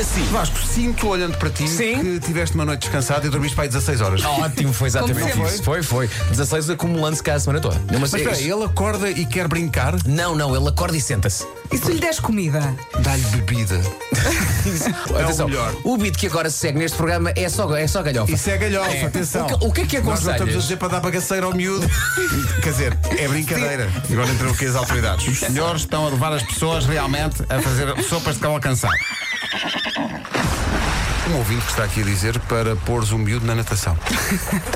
assim. Vasco, sinto olhando para ti Sim. que tiveste uma noite descansada e dormiste para aí 16 horas. Tá Ótimo, foi exatamente Como isso. Foi, foi. 16 acumulando-se cá a semana toda. Não, mas Mas é espera, isso. ele acorda e quer brincar, não, não, ele acorda e senta-se. E se lhe des comida? dá-lhe bebida. Atenção, É melhor. o beat que agora se segue neste programa é só, é só galhofa. Isso é galhofa, atenção. O que- o que é Nós que não estamos a aconselhas? dizer para dar bagaceira ao miúdo. Quer dizer, é brincadeira. Agora entram aqui as autoridades. Os senhores estão a levar as pessoas realmente a fazer sopas de cão alcançado. Um ouvinte que está aqui a dizer para pôres o miúdo na natação.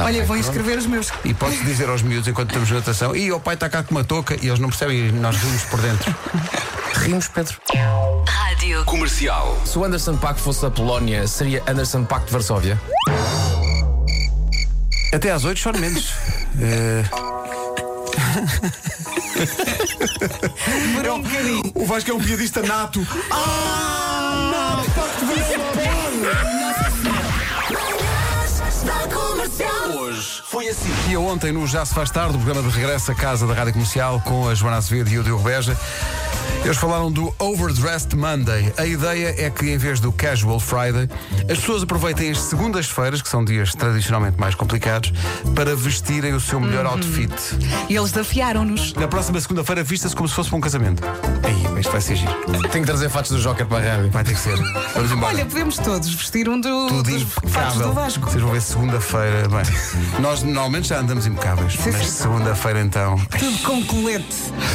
Olha, vou inscrever os meus. Tá E posso dizer aos miúdos enquanto estamos na natação, e o pai está cá com uma touca e eles não percebem e nós rimos por dentro. Rimos, Pedro. Rádio Comercial. Se o Anderson Pack fosse a Polónia, seria Anderson Pack de Varsóvia? Até às 8 choro menos. Por um bocadinho. O Vasco é um piadista nato. Ah! Hoje foi assim. E eu ontem no Já Se Faz Tarde, o programa de regresso à casa da Rádio Comercial com a Joana Azevedo e o Diogo Beja. Eles falaram do Overdressed Monday. A ideia é que, em vez do Casual Friday, as pessoas aproveitem as segundas-feiras, que são dias tradicionalmente mais complicados, para vestirem o seu melhor outfit. E eles desafiaram-nos. Na próxima segunda-feira, vista-se como se fosse para um casamento. Aí, mas isto vai ser giro. Tenho que trazer fatos do Joker para a rádio. Vai ter que ser. Vamos embora. Olha, podemos todos vestir um do- Tudo dos fatos impecável. do Vasco. Vocês vão ver segunda-feira. Bem, nós normalmente já andamos impecáveis, mas segunda-feira então. Tudo com colete.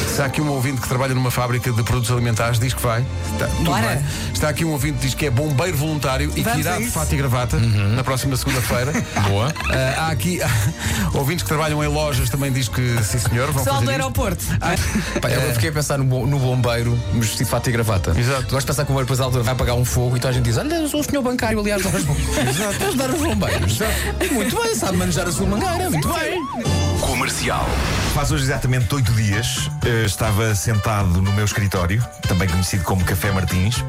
Está aqui um ouvinte que trabalha numa fábrica de produtos alimentares, diz que vai. Está, tudo Bora. bem. Está aqui um ouvinte que diz que é bombeiro voluntário e que Vamos irá a de isso. fato e gravata na próxima segunda-feira. Boa. Ah, há aqui ouvintes que trabalham em lojas também diz que sim senhor, vão Pessoal do fazer isto. Ah. aeroporto. Pá, É. eu fiquei a pensar no, bom- no bombeiro, mas vestido de fato e gravata. Exato. Gosto de pensar que o bombeiro, depois à altura, vai apagar um fogo e toda a gente diz: Olha, eu sou o senhor bancário, aliás, nós vamos vamos ajudar os bombeiros. Muito bem, sabe manejar a sua mangueira, muito bem. Comercial. Faz hoje exatamente oito dias, eh, estava sentado no meu escritório, também conhecido como Café Martins,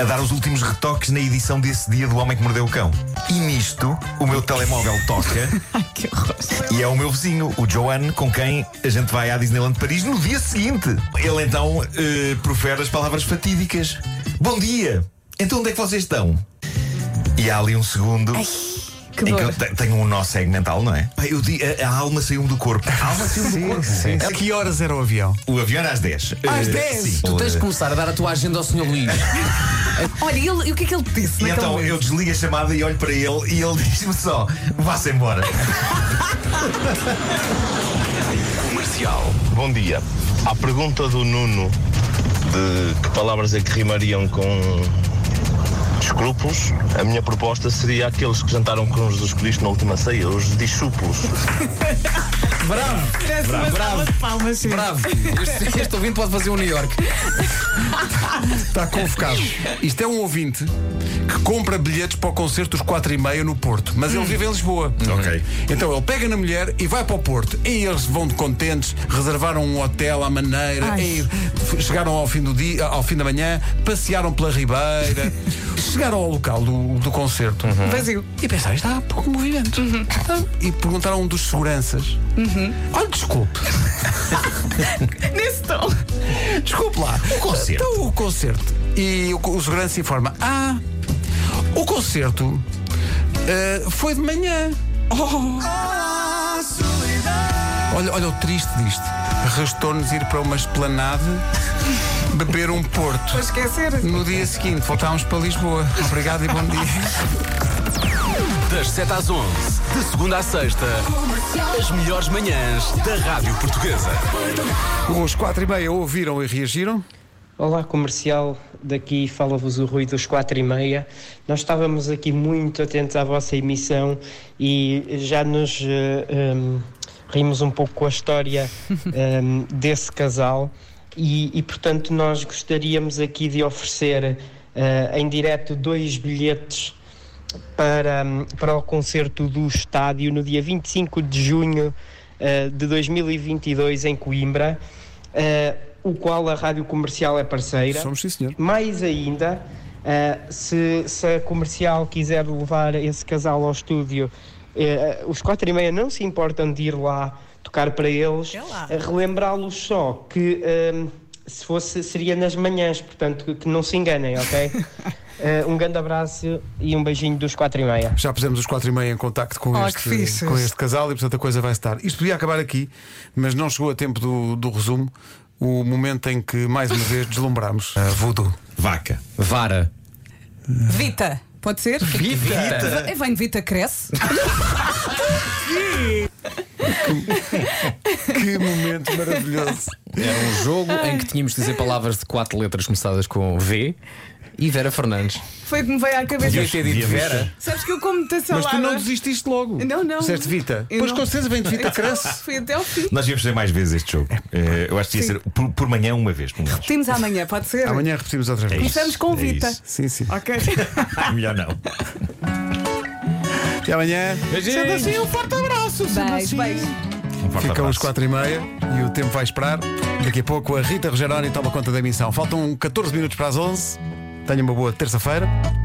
a dar os últimos retoques na edição desse dia do Homem que Mordeu o Cão. E nisto, o meu telemóvel toca Ai, que horror. e é o meu vizinho, o Joanne, com quem a gente vai à Disneyland de Paris no dia seguinte. Ele então eh, profere as palavras fatídicas: Bom dia! Então onde é que vocês estão? E há ali um segundo. Que Em que eu dor. te- tenho um nó segmental, não é? Pá, eu di- a, a alma saiu-me do corpo. A alma saiu-me do corpo. A que horas era o avião? O avião era às 10. Às Eh, 10? sim. Tu tens de Eh, começar a dar a tua agenda ao senhor Luís. Olha, e ele- e o que é que ele te disse E naquele então momento? eu desligo a chamada e olho para ele e ele diz-me só: vá-se embora. Comercial. Bom dia. À pergunta do Nuno de que palavras é que rimariam com escrúpulos, a minha proposta seria aqueles que jantaram com Jesus Cristo na última ceia, os discípulos. Parece uma salva de palmas, sim. Bravo. Este, este ouvinte pode fazer um New York. Está convocado. Isto é um ouvinte que compra bilhetes para o concerto dos 4 e meia no Porto, mas ele vive em Lisboa. Ok. Então ele pega na mulher e vai para o Porto. E eles vão de contentes, reservaram um hotel à maneira, Ai. e f- chegaram ao fim, do dia, ao fim da manhã, passearam pela Ribeira, chegaram ao local do, do concerto. Vazio. E pensaram, está há pouco movimento. Ah, E perguntaram a um dos seguranças: Olha, desculpe, Nesse tom. desculpe lá. O concerto. Então, o concerto. E o, co- o segurança informa: Ah, o concerto ah, foi de manhã. Oh. Olha, olha o triste disto. Restou-nos ir para uma esplanade beber um Vou porto. esquecer. No dia seguinte voltámos para Lisboa. Obrigado e bom dia. Das 7 às 11, de segunda à sexta, as melhores manhãs da Rádio Portuguesa. Os quatro e meia ouviram e reagiram? Olá comercial, daqui fala-vos o Rui dos 4 e meia. Nós estávamos aqui muito atentos à vossa emissão e já nos eh, em, rimos um pouco com a história em, desse casal e, e, portanto nós gostaríamos aqui de oferecer eh, em direto dois bilhetes para, hum, para o concerto do estádio no dia 25 de junho eh, de 2022 em Coimbra, eh, o qual a Rádio Comercial é parceira. Somos sim, senhor. Mais ainda, eh, se, se a comercial quiser levar esse casal ao estúdio, eh, os quatro e meia não se importam de ir lá tocar para eles. É lá. Eh, Relembrá-los ehm, só que eh, se fosse seria nas manhãs, portanto que, que não se enganem, ok? Eh, um grande abraço e um beijinho dos quatro e meia. Já pusemos os 4 e meia em contacto com, Oh, que este, fixe. com este casal e portanto a coisa vai estar. Isto podia acabar aqui, mas não chegou a tempo do, do resumo. O momento em que mais uma vez deslumbramos Ah, a voodoo. Vaca. Vara. Vita, pode ser? Vita. Eh, Vem, Vita cresce. Que momento maravilhoso. Era É um jogo em que tínhamos de dizer palavras de quatro letras começadas com V e Vera Fernandes. Foi o que me veio à cabeça. Devia ter dito Vera. Sabes que eu como muita Mas salada. tu não desististe logo. Não, não. Disseste Vita. Eu pois não- É com certeza vem de Vita, cresce. Fui até ao fim. Nós íamos fazer mais vezes este jogo. Eh, eu acho que ia ser por, por manhã uma vez, pelo menos. Temos amanhã, pode ser? Amanhã repetimos outra vez. Começamos com É Vita. isso. Sim, sim. Ok. Melhor não. Até amanhã. Sendo assim, um forte abraço. sendo Beijo, assim. beijo. Um forte Ficam as abraço. quatro e meia e o tempo vai esperar. Daqui a pouco a Rita Rogeroni toma conta da emissão. Faltam 14 minutos para as 11. Tenha uma boa terça-feira.